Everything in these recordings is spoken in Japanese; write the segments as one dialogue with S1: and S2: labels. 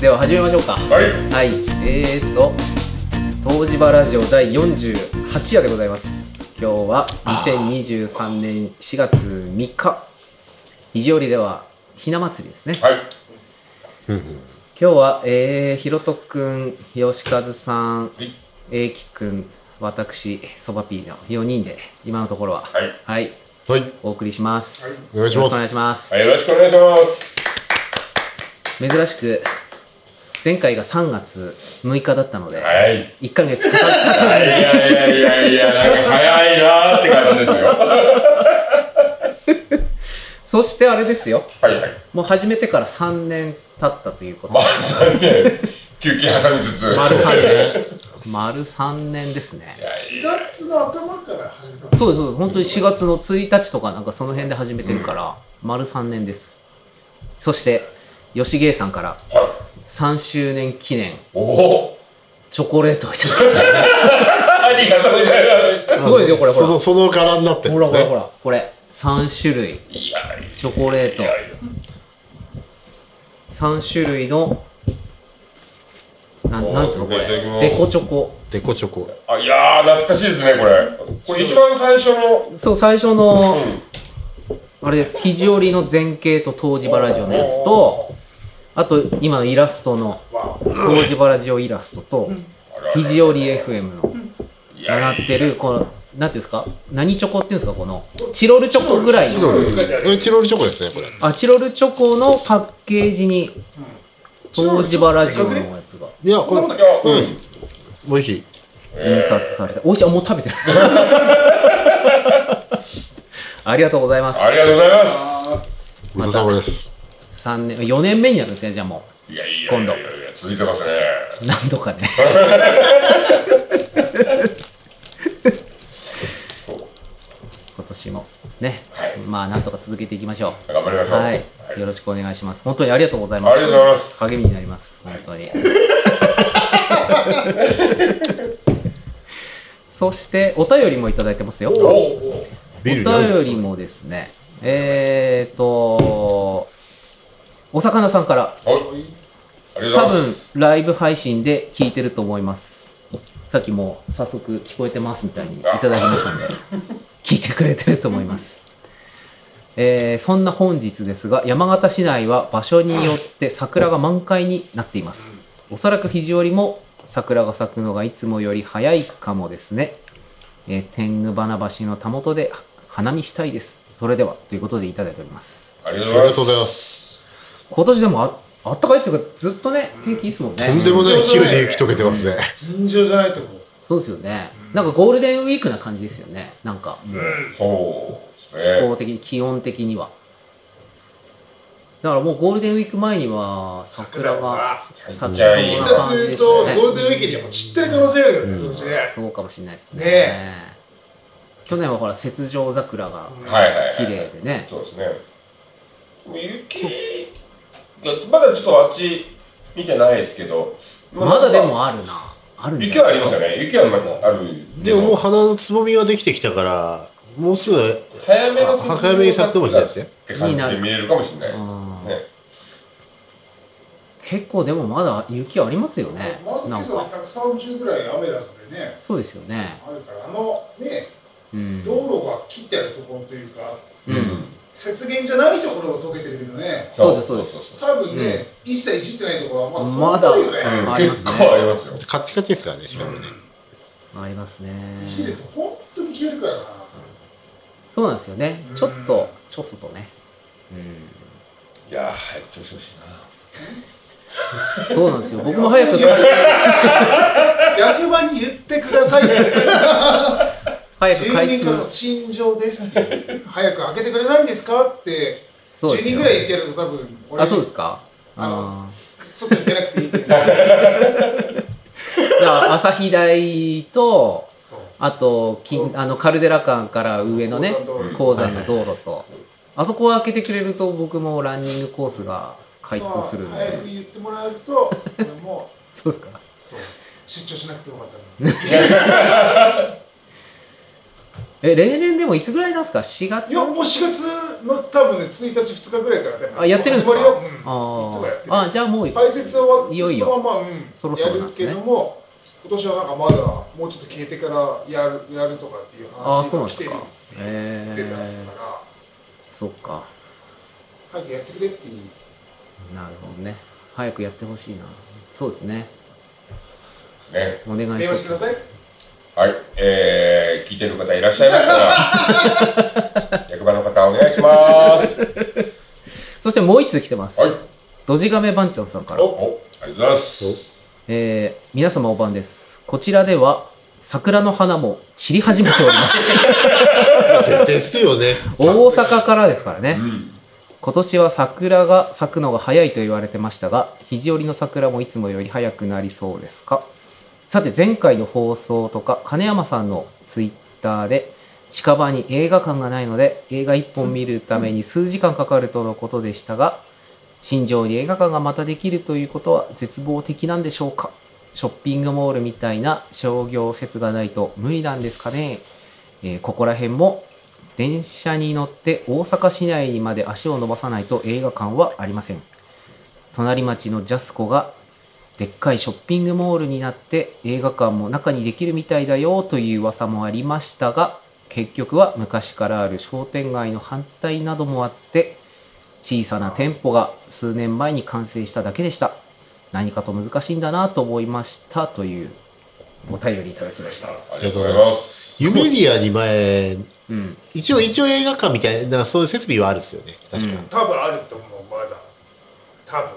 S1: では始めましょうかは
S2: はい
S1: いえーっと東芝ラジオ第48夜でございます今日は2023年4月3日肘折ではひな祭りですね
S2: はい
S1: 今日は、えー、ひろとくん、吉和さん
S2: い、
S1: えいきくん、私、そばぴーの4人で、今のところは、
S2: はい
S1: はい、
S3: はい、
S1: お送りします。
S2: はい
S3: お願いし
S1: よろし
S3: ま
S1: くお願い
S3: す。
S1: します。
S2: はいよろしくお願いします
S1: 珍しく、前回が3月6日だったので、
S2: はい
S1: 1ヶ月かかった
S2: いやいやいやいやなんか早いなーって感じですよは
S1: そしてあれですよ、
S2: いはい
S1: もう始めてから3年経ったということ
S2: 丸3年休憩挟みつつ
S1: 丸
S2: そうですね
S1: 3年。丸3年ですね。
S2: い
S4: 4
S2: やいや
S4: 月の頭から始めたの
S1: そうです、そうです。本当に4月の1日とかなんかその辺で始めてるから、丸3年です。そして、吉芸さんから
S2: はい
S1: 3周年記念
S2: おお
S1: チョコレートをいただきまし
S2: ありがとうございます
S1: た。 すごいですよ、これほ
S3: そ
S1: ら。
S3: のその柄になってる
S1: ほ
S3: ん
S1: ら
S3: です
S1: ほらほ
S3: ね。
S1: ら。これ、3種類。
S2: いやいや
S1: チョコレート
S2: いやいや
S1: 3種類の、なんなんつうのこれ
S2: いただきま。す
S1: デコチョコ。
S3: デコチョコ。
S2: あいやー懐かしいですねこれこれ一番最初の
S1: そう、最初の、あれです。肘折の前景と東芝ラジオのやつと、あと今のイラストの
S2: わ
S1: 東芝ラジオイラストと、肘折 FM の
S2: いや
S1: 習
S2: いや
S1: ってるこのなんていうんですか何チョコっていうんですかこのチロルチョコぐらい
S2: チロ
S1: の
S2: ル
S3: うんチロルチョコですね、これ。
S1: あチロルチョコのパッケージに東芝ラジオのやつが
S3: いや、これ、
S2: いやうん
S3: うん。美味しい。
S1: 印刷されておいしいあもう食 べてるありがとうございま
S2: ありがとうございます
S3: ごちそうさまです。
S1: す3年4年目になるんですねじゃあも
S2: いやいや
S1: 今
S2: い
S1: 度
S2: やいやいや続いてますね
S1: う何度かね今年もね、
S2: はい
S1: まあなんとか続けていきましょう
S2: 頑張りましょう
S1: はい、よろしくお願いします。本当にありがとうございます。
S2: ありがとうございます
S1: 励みになります。本当に。 そしてお便りもいただいてますよ。
S2: お
S1: お
S2: お
S3: ビールに
S1: 便りもですね、えーと、お魚さんから
S2: はいありが
S1: 多
S2: とうございま
S1: 分ライブ配信で聞いてると思います。さっきもう早速聞こえてますみたいにいただきましたんで、聞いてくれてると思います。えーそんな本日ですが、山形市内は場所によって桜が満開になっています。おそらく肘折も桜が咲くのがいつもより早いかもですね。えー天狗花橋のたもとで花見したいです。それではということでいただいております。
S2: すありが
S3: あ
S2: と
S3: り
S2: うございます
S3: がとうございます。
S1: 今年でもああったかいっていうか、ずっとね、天気いいですもんね。
S3: とんでもない勢いで雪解けてますね。
S4: 尋常じゃないと思う
S1: そうですよね。なんかゴールデンウィークな感じですよね。なんか、
S2: そうで
S1: 気
S2: すね
S1: 候的に、気温的には。だからもうゴールデンウィーク前には桜が咲きそう
S2: 桜
S1: な
S2: がじゃあいい
S4: 下
S2: な
S4: 手
S1: 感
S4: す
S1: じで
S4: る
S1: し
S4: と
S1: た
S4: ゴー
S1: ね。
S4: ルデンウィークにはもう散ってる可能性あるよね今年ね
S1: そうかもしれないですね。
S4: ねえ
S1: 去年はほら、雪上桜が
S2: はいはいはい
S1: 綺麗でね。
S2: そうですね雪がまだちょっとあっち見てないですけど
S1: まだでもあるな。あるんじ
S2: 雪
S1: ゃ
S2: は
S1: な
S2: あ
S1: い
S2: り
S1: で
S2: ますす
S1: か
S2: よ。ね雪はまだある
S3: でももう花のつぼみができてきたから、もうすぐ、
S2: 早めの
S3: あ早めに咲くかもしれないですね
S2: って感じで見れるかもしれない
S1: うん
S2: ね
S1: 結構でもまだ雪ありますよね。
S4: ま
S1: な
S4: あ
S1: ん
S4: 今朝
S1: か。
S4: 130ぐらい雨出すでね
S1: そうですよね。
S4: あるからあのね
S1: うん。
S4: 道路が切ってあるところというか
S1: うん。
S4: 雪原じゃないところが溶けてるけどね
S1: そうですそうです
S4: 多分ね一切いじってないところはまだそ
S1: ま
S4: んな
S1: だ
S4: によね
S2: うん
S1: あります
S2: 結
S1: ね
S2: 構ありますよ
S3: カッチカチですからね、しかもね。
S1: ありますね。
S4: いじると本当に消えるからな
S1: そうなんですよね
S4: う。ん
S1: ちょっと、ちょっとね。
S2: いやー早く調子欲しいな
S1: そうなんですよ。僕も早く解決、
S4: 役場に言ってくださいって
S1: 早く
S4: 住
S1: 開
S4: 民
S1: 通
S4: からの。陳情ですって早く開けてくれないんですかって
S1: そう
S4: 10
S1: です
S4: 人
S1: よ
S4: ぐらい言ってやると多分
S1: あ、そうですすか。
S4: あの
S1: あ
S4: 外行けなくていいんだよ
S1: ーじゃあ、朝日台と、
S4: そう
S1: あと、金、あの、カルデラ間から上のね、鉱
S4: 鉱
S1: 山の道路と。あそこを開けてくれると、僕もランニングコースが 開通するん
S4: そう早く
S1: で。
S4: 言ってもらえると俺も
S1: そうですか。
S4: そう出張しなくてよかったの
S1: え、例年でもいつぐらいなんですか ?4
S4: い
S1: 月
S4: やもう4月の多分ね1日2日ぐらいからね
S1: あやってるんですか
S4: 始まようんいつもやって
S1: あ
S4: る
S1: ーあじゃあもう
S4: 排泄終わって
S1: いよいよ
S4: そのまま、うん、
S1: そろそろなんですね
S4: やるけども今年はなんかまだもうちょっと消えてからやるやるとかっていう
S1: ああ
S4: 話
S1: そうな
S4: が
S1: んで
S4: 来
S1: す
S4: てる
S1: か
S4: 出たから、
S1: えー、そっか
S4: 早くやってくれっていう
S1: なるほどね早くやってほしいなそうですね
S2: ね。
S1: お願いし
S4: 電
S1: ま
S4: 話して
S1: す
S4: ください
S2: はい。えー、聞いてる方いらっしゃいました ら、役場の方お願いします。
S1: そしてもう一通来てます、
S2: はい。
S1: ドジガメ番長さんから
S2: お、おありがとうございます。
S1: えー皆様お晩ですこちらでは桜の花も散り始めております
S3: でですよね。
S1: 大阪からですから
S2: う
S1: ね
S2: ん。
S1: 今年は桜が咲くのが早いと言われてましたが肘折の桜もいつもより早くなりそうですかさて前回の放送とか金山さんのツイッターで近場に映画館がないので映画1本見るために数時間かかるとのことでしたが新庄に映画館がまたできるということは絶望的なんでしょうかショッピングモールみたいな商業施設がないと無理なんですかね、えーここら辺も電車に乗って大阪市内にまで足を伸ばさないと映画館はありません隣町のジャスコがでっかいショッピングモールになって映画館も中にできるみたいだよという噂もありましたが結局は昔からある商店街の反対などもあって小さな店舗が数年前に完成しただけでした何かと難しいんだなと思いましたというお便りいただきました
S2: ありがとうございます。
S3: ユメリアに前、
S1: うん
S3: 一応、一応映画館みたいな、そういう設備はあるんですよね。確か
S1: うん
S4: 多分あると思うまだ多分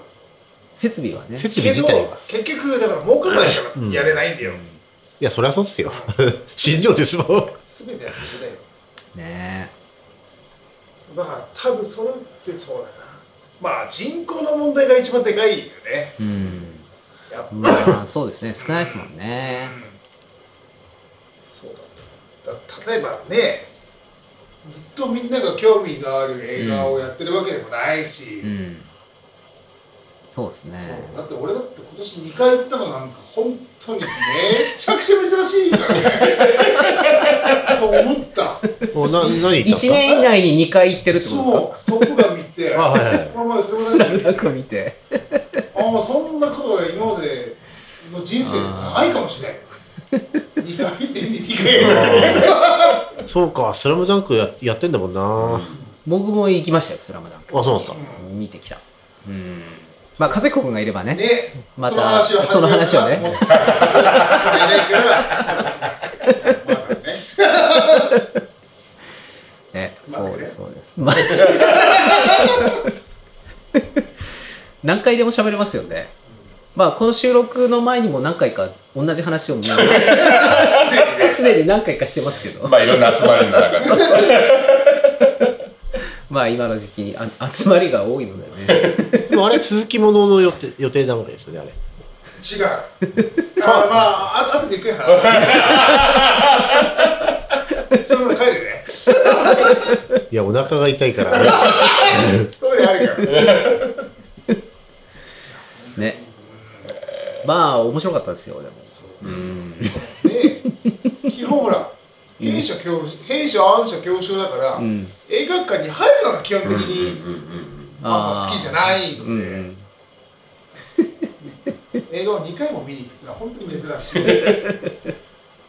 S1: 設備はね
S3: 設備
S4: け
S3: 自
S4: ど
S3: 体は。
S4: 結局だから儲からないからやれないんだよ、
S3: いや、そりゃそうっ すよ。心情ですもん。
S4: すべてはそれだよ
S1: ね
S4: そうだから多分それってそうだなまあ人口の問題が一番でかいよね
S1: えうん
S4: やっぱ
S1: まあそうですね少ないですもんね
S4: そうだだ例えばねずっとみんなが興味がある映画をやってるわけでもないし、
S1: うんそうですね
S4: そうだって俺だって今年2回行ったのなんか本当にめちゃくちゃ珍しいからねと思った
S3: おな何言ったんです
S1: 1
S3: か
S1: 年以内に2回行ってるってことですか
S4: そうトップガン見 て
S3: あ、はいはい。
S4: この前それも
S1: スラム
S4: な
S1: ダ
S4: ん
S1: ン
S4: か
S1: クを見て
S4: あもうそんなことが今までの人生ないかもしれない2回行って2回行って
S3: そうか、スラムダンクややってんだもんな。
S1: 僕も行きましたよ「スラムダンク
S3: あ、そうなんですか。
S1: 見てきたうんまあ和彦君がいればね
S4: ね、
S1: また
S4: その話を始めようかなと思っていないからまだね
S1: ねそ
S4: 待っ
S1: う
S4: てね
S1: ですそうですまあ 何回でも喋れますよねまあこの収録の前にも何回か同じ話をもう すでに何回かしてますけど
S2: まあ、いろんな集まりの中で。
S1: まあ今の時期にあ 集まりが多いのでね
S3: でもあれ、続きものの予定予定なわけですよね、あれ。
S4: 違う。あまあ、あ、あとでゆっくり話す。そのまま帰るね。
S3: いや、お腹が痛いから、 ね、
S4: トイレあるから。
S1: ねまあ面白かったですよでも
S4: そう
S1: うん
S4: ねえ基本ほら、弊社教弊社暗社教授だから、
S1: うん
S4: 映画館に入るのが基本的
S2: う
S4: に
S2: んうんうん
S4: あんま好きじゃないの
S1: うんう
S4: で、
S1: ん
S4: 映画を2回も見に行くってのは本当に珍しい。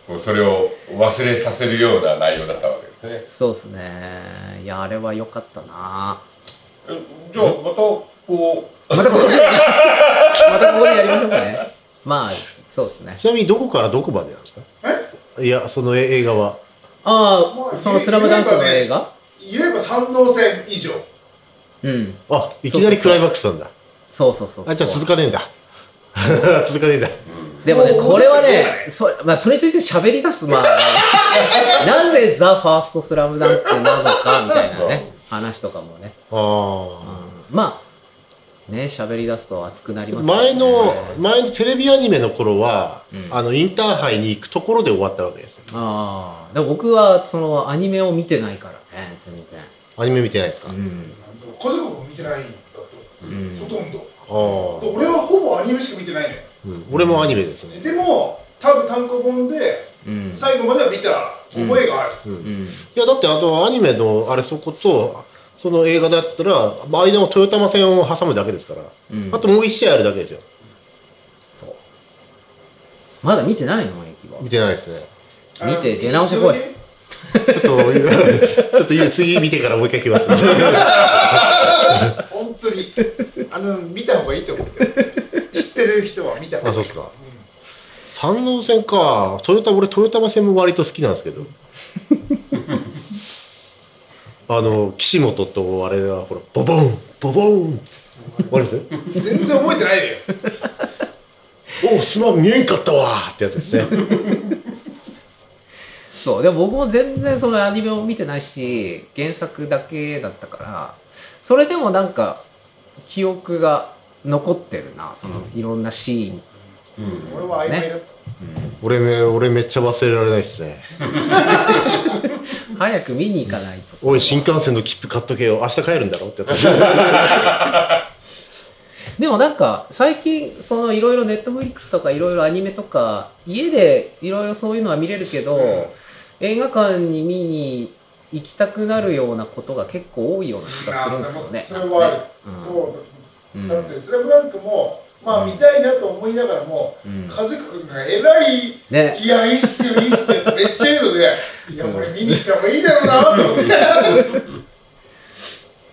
S2: もうそれを忘れさせるような内容だったわけですね。
S1: そうですねいやあれは良かったな
S2: えじゃあ、また、こう、
S1: またここで またここでやりましょうかねまあそうですね
S3: ちなみにどこからどこまでなんですかいや、その映画は。
S1: ああその「スラムダンクの映画
S4: 言えば三能線以上。
S1: うん
S3: あ、いきなりクライマックスなんだ。
S1: そうそうそうそう
S3: あ、じゃあ続かねえんだ。 続かねえんだ。
S1: でもね
S4: もう
S1: これは
S4: 大勢
S1: ねそ,、まあ、それについて喋り出すまあ なぜ「ザ・ファーストスラムダンクなのかみたいなね話とかもね
S3: あ
S1: まあね喋り出すと熱くなり
S3: あ。
S1: ますよね
S3: 前の、前のテレビアニメの頃は、
S1: うん
S3: あの、インターハイに行くところで終わったわけです。
S1: ああでも僕はそのアニメを見てないからね全然
S3: アニメ見てないですか。
S1: うん
S4: 家族も見てないんだと、
S1: うん
S4: ほとんど。
S3: ああ、
S4: 俺はほぼアニメしか見てないね。
S3: うん俺もアニメですね。
S4: でも多分単行本で
S1: うん
S4: 最後までは見た覚えがある、
S3: うん
S1: うん
S3: いやだってあのアニメのあれそことその映画だったら、まあ、間も豊玉線を挟むだけですから、
S1: うん
S3: あともう1試合あるだけですよ
S1: そうまだ見てないの駅は
S3: 見てないですね
S1: 見て出直してこい
S4: あの劇場ね
S3: ちょっと ちょっと言う次見てからもう一回来 ます、ね、
S4: 本当にあの見た方がいいと思ってる知ってる人は見た方がいい
S3: あそうっすか山王線かトヨタ俺トヨタマ線も割と好きなんですけど あの岸本とあれがほらボボンボボンってあれ ですね
S4: うん全然覚えてないのよ
S3: おすまん見えんかったわーってやつですね
S1: そうでも僕も全然そのアニメを見てないし原作だけだったからそれでもなんか記憶が残ってるなそのいろんなシーン、
S2: うん
S4: 俺は曖昧だっ
S3: 俺め俺めっちゃ忘れられないですね
S1: 早く見に行かないと
S3: おい新幹線の切符買っとけよ明日帰るんだろってやつ ですね
S1: でもなんか最近そのいろいろネットフリックスとかいろいろアニメとか家でいろいろそういうのは見れるけど、
S2: うん
S1: 映画館に見に行きたくなるようなことが結構多いような気
S4: た
S1: がするんですよね。
S4: それはある、
S1: うん
S4: そう
S1: うん
S4: だってスラムダンクもまあ見たいなと思いながらも
S1: うん
S4: 和樹君が偉い
S1: ね
S4: いやいいっすよいいっすよめっちゃ言うのでいやこれ見に行った方がいいだろうなと思って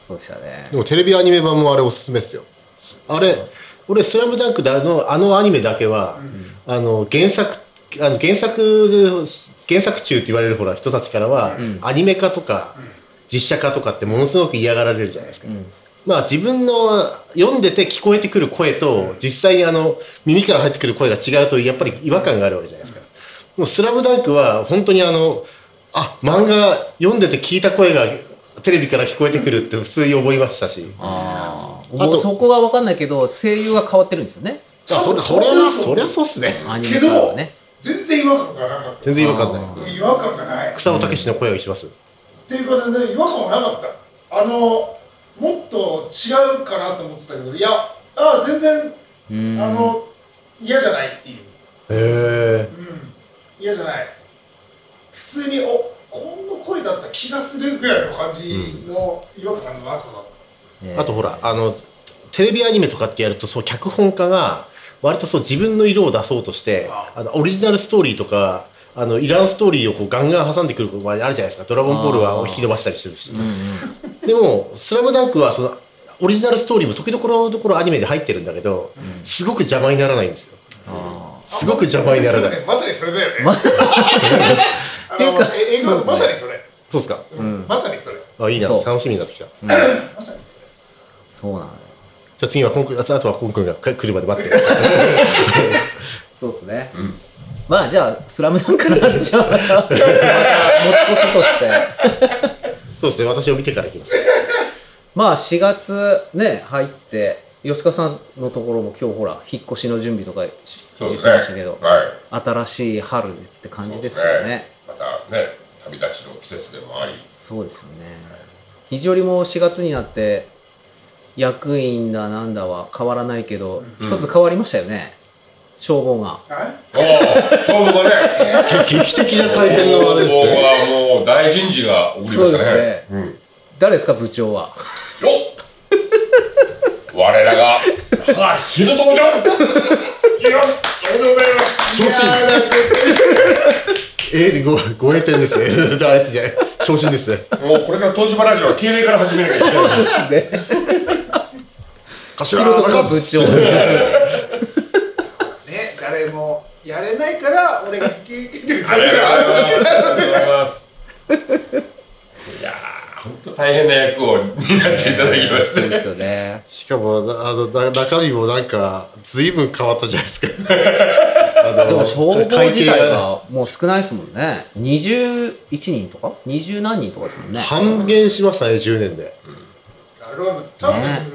S1: そうでしたね
S3: で。もテレビアニメ版もあれおすすめですよあれ俺「スラムダンクであのあのアニメだけは、あの原作あの原作原作中って言われるほら人たちからは、
S1: うん
S3: アニメ化とか、
S4: ん
S3: 実写化とかってものすごく嫌がられるじゃないですか、
S1: うん
S3: まあ自分の読んでて聞こえてくる声と実際にあの耳から入ってくる声が違うとやっぱり違和感があるわけじゃないですか。もうスラムダンクは本当にあの、あ、漫画読んでて聞いた声がテレビから聞こえてくるって普通に思いましたし。
S1: あ
S3: あ
S1: あ
S3: と
S1: そこが分かんないけど声優が変わってるんですよね
S3: あ、そそりゃ、そりゃそうっすね。
S1: アニメからはね。
S4: 全然違和感がなかっ
S3: 全然違和感ない。
S4: た違和感がない
S3: 草尾武史の声がします。
S4: っていうかね違和感はなかったあのもっと違うかなと思ってたけどいやああ全然
S1: うん
S4: あの嫌じゃないっていう
S3: へ
S4: うん嫌じゃない普通におこんな声だった気がするぐらいの感じの違和感のなさだっ
S1: ね
S3: え。あとほら、あの、テレビアニメとかってやると、そう、脚本家が、割とそう自分の色を出そうとして
S4: あ
S3: あのオリジナルストーリーとかあのイランストーリーをこうガンガン挟んでくることもあるじゃないですか「ドラゴンボール」は
S1: あー
S3: 引き伸ばしたりするし
S1: うんうん
S3: でも「スラムダンクはそのオリジナルストーリーも時々どころアニメで入ってるんだけどすごく邪魔にならないんですよ
S1: あ
S4: た
S3: すごく邪魔にならな
S4: でも
S3: い
S4: ねまさにそれだよね、
S1: ま
S4: あ
S1: っていうか
S4: のえ映画はまさに それ
S3: そうっすか
S1: うん
S4: まさにそれ
S3: あいいな
S1: そう
S3: 楽しみになってきたじ
S1: ーうん
S4: まさにそれ
S1: そうなのよ
S3: ゃあ次はコンくんあとあとはコンくんが来るまで待って
S1: そうですね
S2: うん
S1: まあじゃあ「スラムダンクの話はまたまた持ち越しとして
S3: そうですね私を見てから行きます
S1: まあ4月ね入って吉川さんのところも今日ほら引っ越しの準備とか
S2: そう
S1: 言っ
S2: です
S1: て
S2: ね。
S1: ましたけど、
S2: はい。
S1: 新しい春って感じです
S2: そ
S1: よ
S2: う
S1: ね
S2: またね、旅立ちの季節でもあり。
S1: そうですよね。肘折も4月になって役員だなんだは変わらないけど、
S2: うん
S1: 一つ変わりましたよね称号が。
S4: あ
S2: おお、 勝負がね。
S3: 劇的な改変のあれです
S2: ここ
S3: ね
S2: はもう大人事が起こりま
S1: そうで
S2: した
S1: す
S2: ね。
S1: ね。誰ですか部長は。
S2: よっ我らが、あ、昼友ちゃんよっ、おめでとうございます
S3: 昇進えー、ごご栄転ですね だあえてじゃない昇進ですね
S2: もうこれから東芝ラジオは敬礼から始めなきゃいけない。
S1: そうです ね。
S3: 頭
S1: 広とか部長。
S4: ね誰もやれないから俺が引き受けてる
S2: あ
S4: だ
S2: り
S4: け
S2: がとう
S4: だ
S2: ございます。いやー、本当大変な役を担っていただきまし
S1: そう
S2: て。
S1: ですよね。
S3: しかもなあのな中身もなんか随分変わったじゃな いですかあの
S1: でも消防自体
S3: 会計
S1: がもう少ないですもんね。21人とか20何人とかですもんね。
S3: 半減しましたね10年で
S4: あれは多分、
S1: ね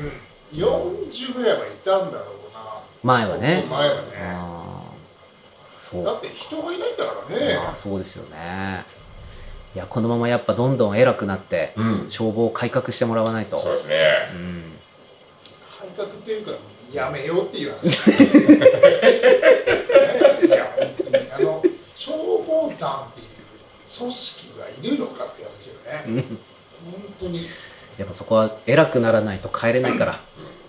S4: 40ぐらいはいたんだろうな
S1: 前はね。
S4: 前はね
S1: あーそう。
S4: だって人がいないんだからね
S1: まあそうですよねいやこのままやっぱどんどん偉くなって
S2: うん、
S1: 消防を改革してもらわないと
S2: そうですね。
S1: うん
S4: 改革っていうかやめようっていう話いや本当にあの消防団っていう組織がいるのかっていう話よね、
S1: うん
S4: 本当に
S1: やっぱそこは偉くならないと帰れないから、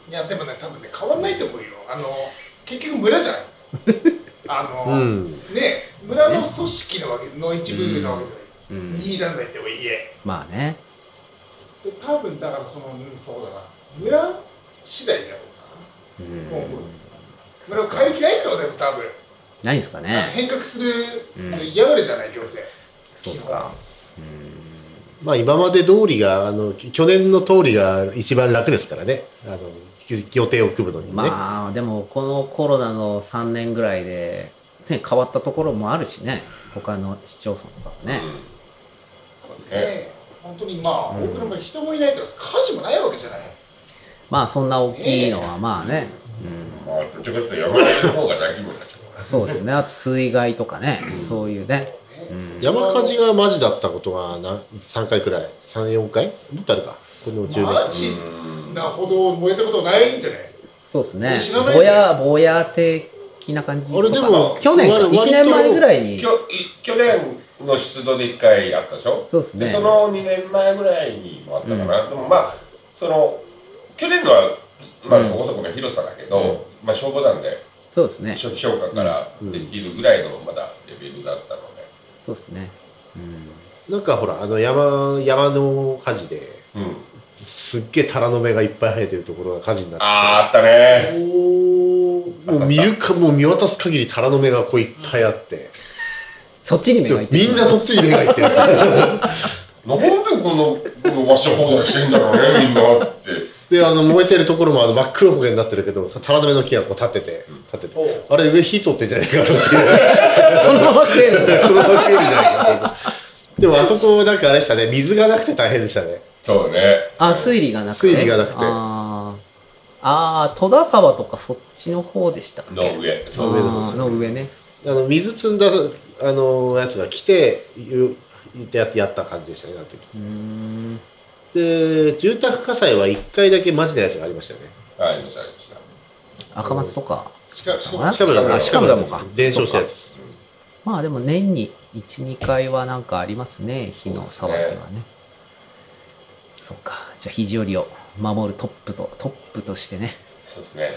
S4: いやでもね多分ね変わんないと思うよあの結局村じゃんあの、
S3: うん
S4: ね村の組織のわけの一部なわけじゃない、
S1: うん、
S4: いい団体ってもいいえ
S1: まあね
S4: で多分だからそのうんそうだな村次第だろ
S1: う
S4: うんな、もう村を変える気ないだろうねでも多分、
S1: ないんですかね
S4: 変革する
S1: う
S4: の
S1: ん
S4: 嫌がるじゃない行政
S1: そうっすかうん
S3: まあ今まで通りがあのき去年の通りが一番楽ですからねあのき予定を組むのにね、
S1: まあでもこのコロナの3年ぐらいで、ね、変わったところもあるしね他の市町村とかもね、
S4: ね本当にまあ、
S1: うん
S4: 多くの場合人もいないから家事もないわけじゃない
S1: まあそんな大きいのはまあね、
S2: まあ、どっちかというと山火事の方が大規模になっちゃうから
S1: うん、そうですねあと水害とかね、そういうね
S4: そうね
S1: うん
S3: 山火事がマジだったことはな3回くらい34回もっとあるかこの10年
S4: マ
S3: 間
S4: ジなほど燃えたことないんじゃない
S1: そうですね
S4: 知らない
S1: ぼやぼや的な感じ
S3: あれでも
S1: 去年か
S3: 割と
S1: 1年前ぐらいに
S2: きょい去年の出土で1回あったでしょ
S1: そうですね
S2: でその2年前ぐらいにもあったかな、でもまあその去年のはまあ
S1: うん
S2: そこそこの広さだけど、まあ消防団で
S1: そうですね
S2: 初期消火からできるぐらいのまだレベルだったので、
S1: そうですねうん
S3: なんかほらあの山山の火事で
S2: うん、
S3: すっげえタラの芽がいっぱい生えてるところが火事になって
S2: あーあったね
S3: おーもう見るかもう見渡す限りタラの芽がこういっぱいあって、
S1: そっちに目がいって
S3: みんなそっちに目がいってる
S2: なんでこのこの場所放題してんだろうねみんなって
S3: であの燃えてるところもあの真っ黒焦げになってるけどタラの芽の木がこう立ってて立ってて、あれ上火取ってんじゃないかと思って
S1: そのまま食える
S3: 子供が食えるじゃないかってでもあそこなんかあれでしたね水がなくて大変でしたね
S2: そうね
S1: あ推理がなくて
S3: 推理がなくて
S1: あーあー戸田沢とかそっちの方でしたっけ
S2: の上
S1: あ
S2: そう
S3: 上の方
S1: ーの上ね
S3: あの水積んだあのやつが来てゆやってやった感じでしたねあの時
S1: うーん
S3: で住宅火災は1回だけマジなやつがありましたよね
S2: ありましたありました
S1: 赤松とか
S4: しかしかも
S1: あ
S3: しかも
S1: あ
S3: しかも
S1: もか
S3: 伝承したやつです
S1: まあでも年に12回はなんかありますね火の騒ぎはねそうかじゃあ肘折を守るトップとトップとしてね
S2: そうで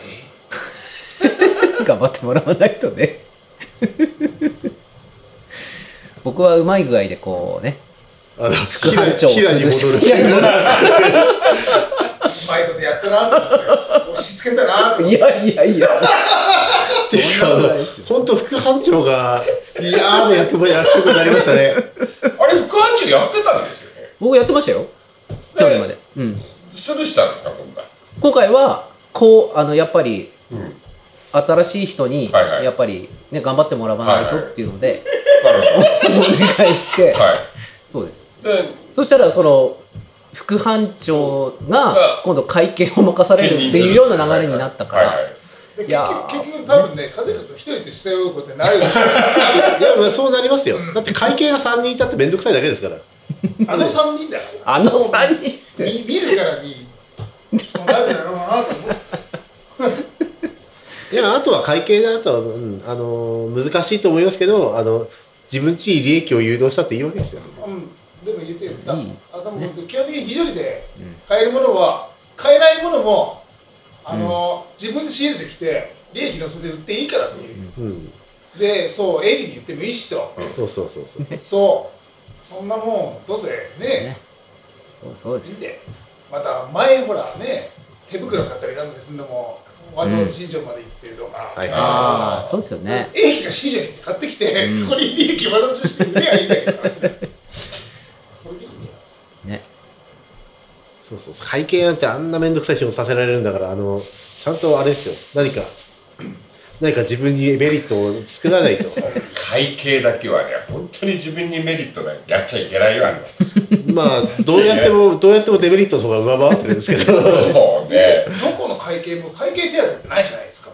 S2: すね
S1: 頑張ってもらわないとね僕はうまい具合でこうね
S3: あの
S1: 副班長を
S3: キラに
S1: するし
S3: 戻る
S1: キラに戻る
S4: バイトでやったなと思って押し付けたなと思っ
S1: い
S4: て
S1: やいやいや
S3: っていうかあ
S1: そんなことないです
S3: の本当副班長が嫌な役目役職になりまし たね
S2: あれ副班長やってたんですよね
S1: 僕やってましたよ去年まで、うん、
S2: スルーしたんですか今回
S1: 今回はこうあのやっぱり
S2: うん
S1: 新しい人に
S2: はいはい
S1: やっぱり、ね、頑張ってもらわないと
S2: はいはい
S1: っていうので、
S2: なるほ
S1: お願いして、
S2: どはい
S1: そうです
S2: で
S1: そしたらその副班長が
S2: が
S1: 今度会見を任されるっていうような流れになったから、
S2: はいはい
S4: で
S1: いやー
S4: 結局結局多分ね風邪君と一人でしてることに なるよ
S3: いやまあそうなりますよ
S4: うん
S3: だって会計が3人いたって面倒くさいだけですから
S4: あの三人だよ
S1: あの3人って
S4: 見見るからにそうなるだろうなと思って
S3: いやあとは会計だとは、うん、あの難しいと思いますけどあの自分ちに利益を誘導したっていいわけですよ
S4: うん、でも言ってよ、だ
S1: いい
S4: あでも本当基本的に非常にで買えるものは買えないものもあの、自分で仕入れてきて利益のせて売っていいからっていう、
S3: うん
S4: でそう営利に言ってもいいしと、
S3: そうそうそうそう
S4: そうそんなもんどうせね
S1: ねそうそうで
S4: いいん
S1: す
S4: でまた前ほらね手袋買ったりなんですんのもわざわざ新庄まで行ってるとか、
S3: はい
S1: ああそうですよね
S4: 営利が新庄に行って買ってきて、
S1: うん
S4: そこに利益を渡して売ればいいだけの話だよそれでいいんだよ
S1: ね
S3: そうそうそう会計なんてあんな面倒くさい仕事させられるんだからあのちゃんとあれですよ何か何か自分にメリットを作らない と
S2: 会計だけはね本当に自分にメリットがやっちゃいけないよあの
S3: まあどうやってもどうやってもデメリットの方が上回ってるんですけど
S2: そうね
S4: どこの会計も会計手当ってないじゃないですか。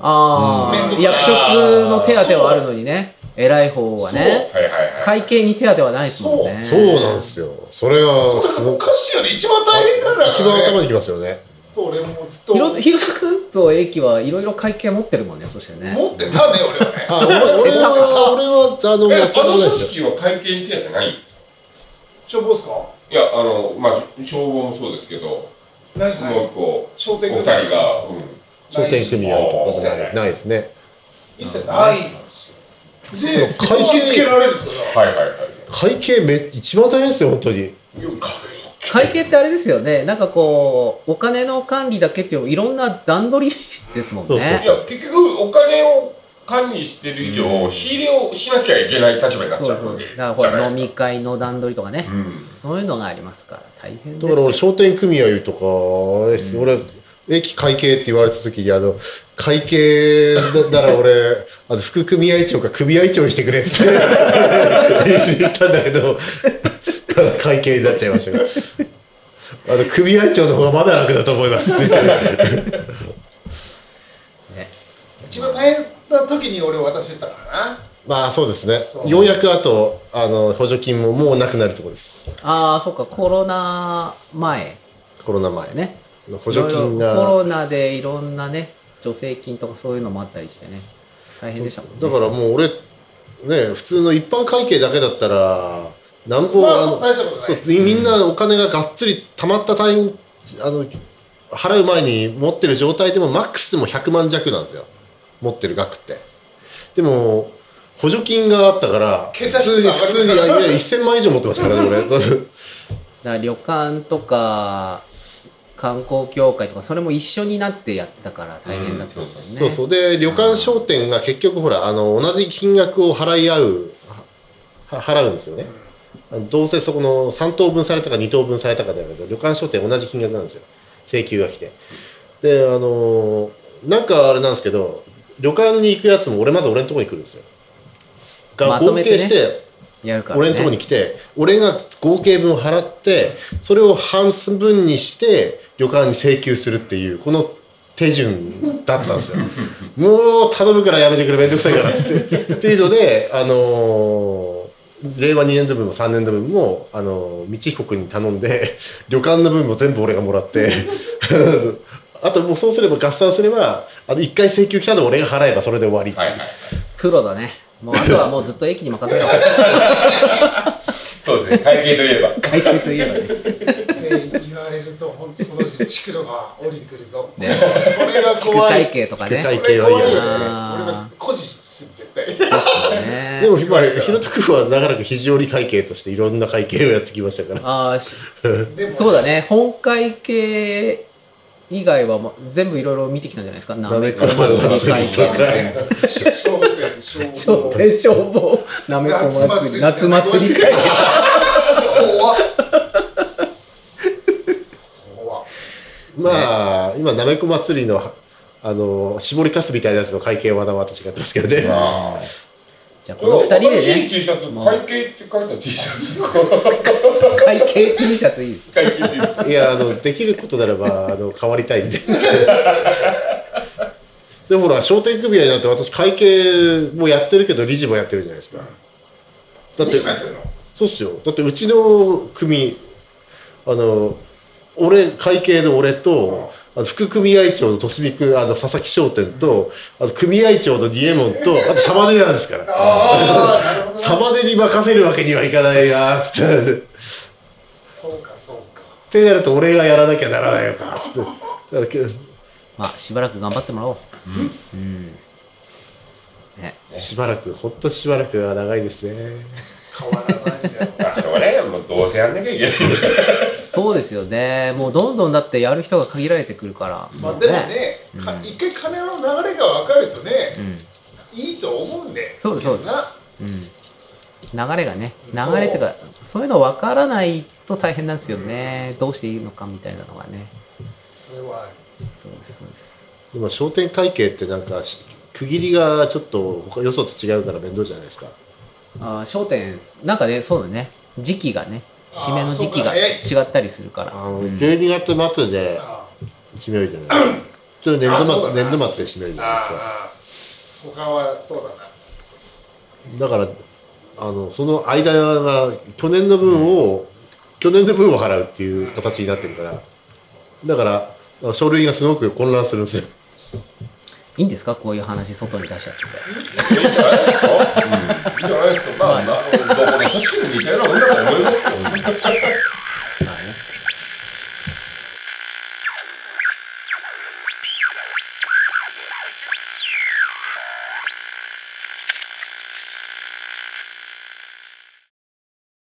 S1: あ
S4: うん
S1: あ、
S4: 面倒く
S1: 役
S4: さ
S1: 職
S4: い
S1: の手当はあるのにね偉い方はね
S2: はいはいはい
S1: 会計に手当はないですもんね
S3: そうなんですよそれはす
S4: それ
S3: ご
S4: お
S3: く
S4: かしいよね。一番大変なんだから、ね。
S3: 一番頭にきますよね
S4: と俺もずっと
S1: ひろ
S4: 持
S1: ひろたくんと英樹はいろいろ会計持ってるもんねそしてね
S4: ってたね、俺はね。
S3: あ俺俺は俺はあの
S2: えあ
S3: まあ
S2: の
S3: そうで
S2: 組
S3: すよ
S2: 織は会計に手当てない
S4: 消防ですか
S2: いやあのまあ消防もそうですけども
S4: ナイ
S2: う
S4: スナイ
S2: 一
S4: ス
S2: 個
S4: 商
S2: お二
S4: 店
S2: 人
S4: 組
S2: が、うん、
S3: 商店組合とかないないですね
S4: 一切ないで
S3: 会計
S4: 気つけられるんですよ
S2: はいはいはい
S3: 会計め一番大変ですよ本当に
S2: よく
S1: 会計ってあれですよねなんかこうお金の管理だけっていうよりいろんな段取り ですもん
S3: そうそう
S2: い
S1: ね
S2: や結局お金を管理してる以上、仕入れをしなきゃいけない立場になっち
S1: そ
S2: ゃ
S1: う
S2: う
S1: そ
S2: の
S1: う
S2: で
S1: だからほら飲
S2: じゃ
S1: み会の段取りとかね、
S2: ないうん
S1: そういうのがありますから大変
S3: だから
S1: で
S3: 俺
S1: す
S3: 商店組合とかあれです、俺駅会計って言われた時にあの会計だなら俺 あの副組合長か組合長にしてくれって言ったんだけど 会計になっちゃいましたけどあの組合長の方がまだ楽だと思いますって言って
S1: ね
S4: 一番大変な時に俺渡してたから
S3: まあそうですね
S4: そう
S3: ようやくあとあの補助金ももうなくなるところです
S1: ああそっかコロナ前
S3: コロナ前ね
S1: ね
S3: 補助金
S1: いろいろコ
S3: が
S1: ロナでいろんなね助成金とかそういうのもあったりしてね大変でしたもんね
S3: だからもう俺ね普通の一般会計だけだったらなんぼ、
S4: まあ
S3: あの
S4: そう大したことない
S3: そうみんなお金ががっつり貯まったタイミあの払う前に持ってる状態でもマックスでも100万弱なんですよ持ってる額ってでも補助金があったから普
S4: 桁一つ
S3: 通に普通に
S4: 上がる
S3: いやいや1000万以上持ってますからね俺
S1: だから旅館とか観光協会とかそれも一緒になってやってたから大変だったんだよね、
S3: そうそうで旅館商店が結局ほらあの同じ金額を払い合うは払うんですよねあのどうせそこの3等分されたか2等分されたかだけど旅館商店同じ金額なんですよ請求が来てであのーなんかあれなんですけど旅館に行くやつも俺まず俺のとこに来るんですよが
S1: まと
S3: 合
S1: めてね
S3: 計して
S1: やるから、ね、
S3: 俺のとこに来て俺が合計分払ってそれを半分にして旅館に請求するっていうこの手順だったんですよもう頼むからやめてくれめんどくさいからっつってっていうのであのー令和2年度分も3年度分も、あのー道彦君に頼んで旅館の分も全部俺がもらってあともうそうすれば合算すればあの1回請求来たのを俺が払えばそれで終わりって、
S2: はいいうはいはい
S1: プロだねもうあとはもうずっ と駅に任せよ
S2: そうですね会計といえば
S1: う会計といえばね
S4: って言われると本当そのうち地区のが降りてくるぞ
S1: ね
S4: それが
S1: 地区
S4: 怖
S1: 会
S4: い
S1: 計とか
S3: 地区会
S1: ね
S3: 計は嫌
S4: 俺
S3: で
S4: 怖いですす
S3: ね
S4: ね俺
S1: あー
S4: が孤児です絶 対
S1: ですよね
S3: でも今、ひろとくんは長らく肘折会計としていろんな会計をやってきましたから。
S1: ああし
S4: でも
S1: そうだね本会計以外はもう全部いろいろ見てきたんじゃないですかなめこ
S3: なめこ
S1: 祭り
S3: そ
S1: 会
S3: うか
S1: 計
S4: 商店消防
S1: 商店消防なめこ祭り夏祭り会計
S4: 怖っ怖っ
S3: まあ、今、なめこ祭りの、あの、絞りかすみたいなやつの会計はまだ私がやってますけどね。
S2: あ
S1: じゃあこの二人でね
S2: T シャツ
S1: もう
S2: 会計って書いた T シャツ
S1: 会計 T シャツいいです
S2: 会計っていう
S3: いや、あの、できることならば、あの、変わりたい んで。で、ほら、商店組合なんて私、会計もやってるけど、理事もやってるじゃないですか。だって
S4: どう、やってんの
S3: そうっすよ。だって、うちの組、あの、俺、会計の俺と、あの副組合長のとしみくん、あの、佐々木商店と、あの、組合長のディエモンと、あと、サマネなんですから。
S4: ああなるほど
S3: サバネに任せるわけにはいかないなつってっ
S4: そうかそうか
S3: てなると俺がやらなきゃならないのかつってだからけ
S1: まあしばらく頑張ってもらおううんね
S3: しばらくほんとしばらくは長いですね
S4: 変わらないんだよ
S2: まあしょうがないよもうどうせやんなきゃいけない
S1: そうですよねもうどんどんだってやる人が限られてくるから
S4: まあ
S1: もう
S4: でもね、か
S1: うん
S4: 一回金の流れが分かると
S1: う
S4: ね、
S1: ん
S4: いいと思うんで、
S1: そうですそうです
S4: な
S1: うん流れがね流れっていうかそういうの分からないと大変なんですよねどうしていいのかみたいなのがね
S4: それはある
S1: そうですそうです
S3: 今商店会計ってなんかし区切りがちょっと他よそと違うから面倒じゃないですか
S1: あー商店なんかねそうだね時期がね締めの時期
S4: あ
S1: が違
S4: ー
S1: ったりするから
S3: あの、
S1: うん
S3: 12月末で
S4: あー
S3: 締めるじゃない ですかちょっと年
S4: あ
S3: 度
S4: そ
S3: 末
S4: うだな
S3: 年度末で締めるじゃないですか
S4: あー他はそうだな
S3: だからあのその間が去年の分を、去年の分を払うっていう形になってるからだから書類がすごく混乱するんですよ
S1: いいんですかこういう話外に出しちゃって
S2: いいんじゃないですか、うん、いいんじゃないですかまあ、まあ、どこの組織も似たようなもんだと思いますよ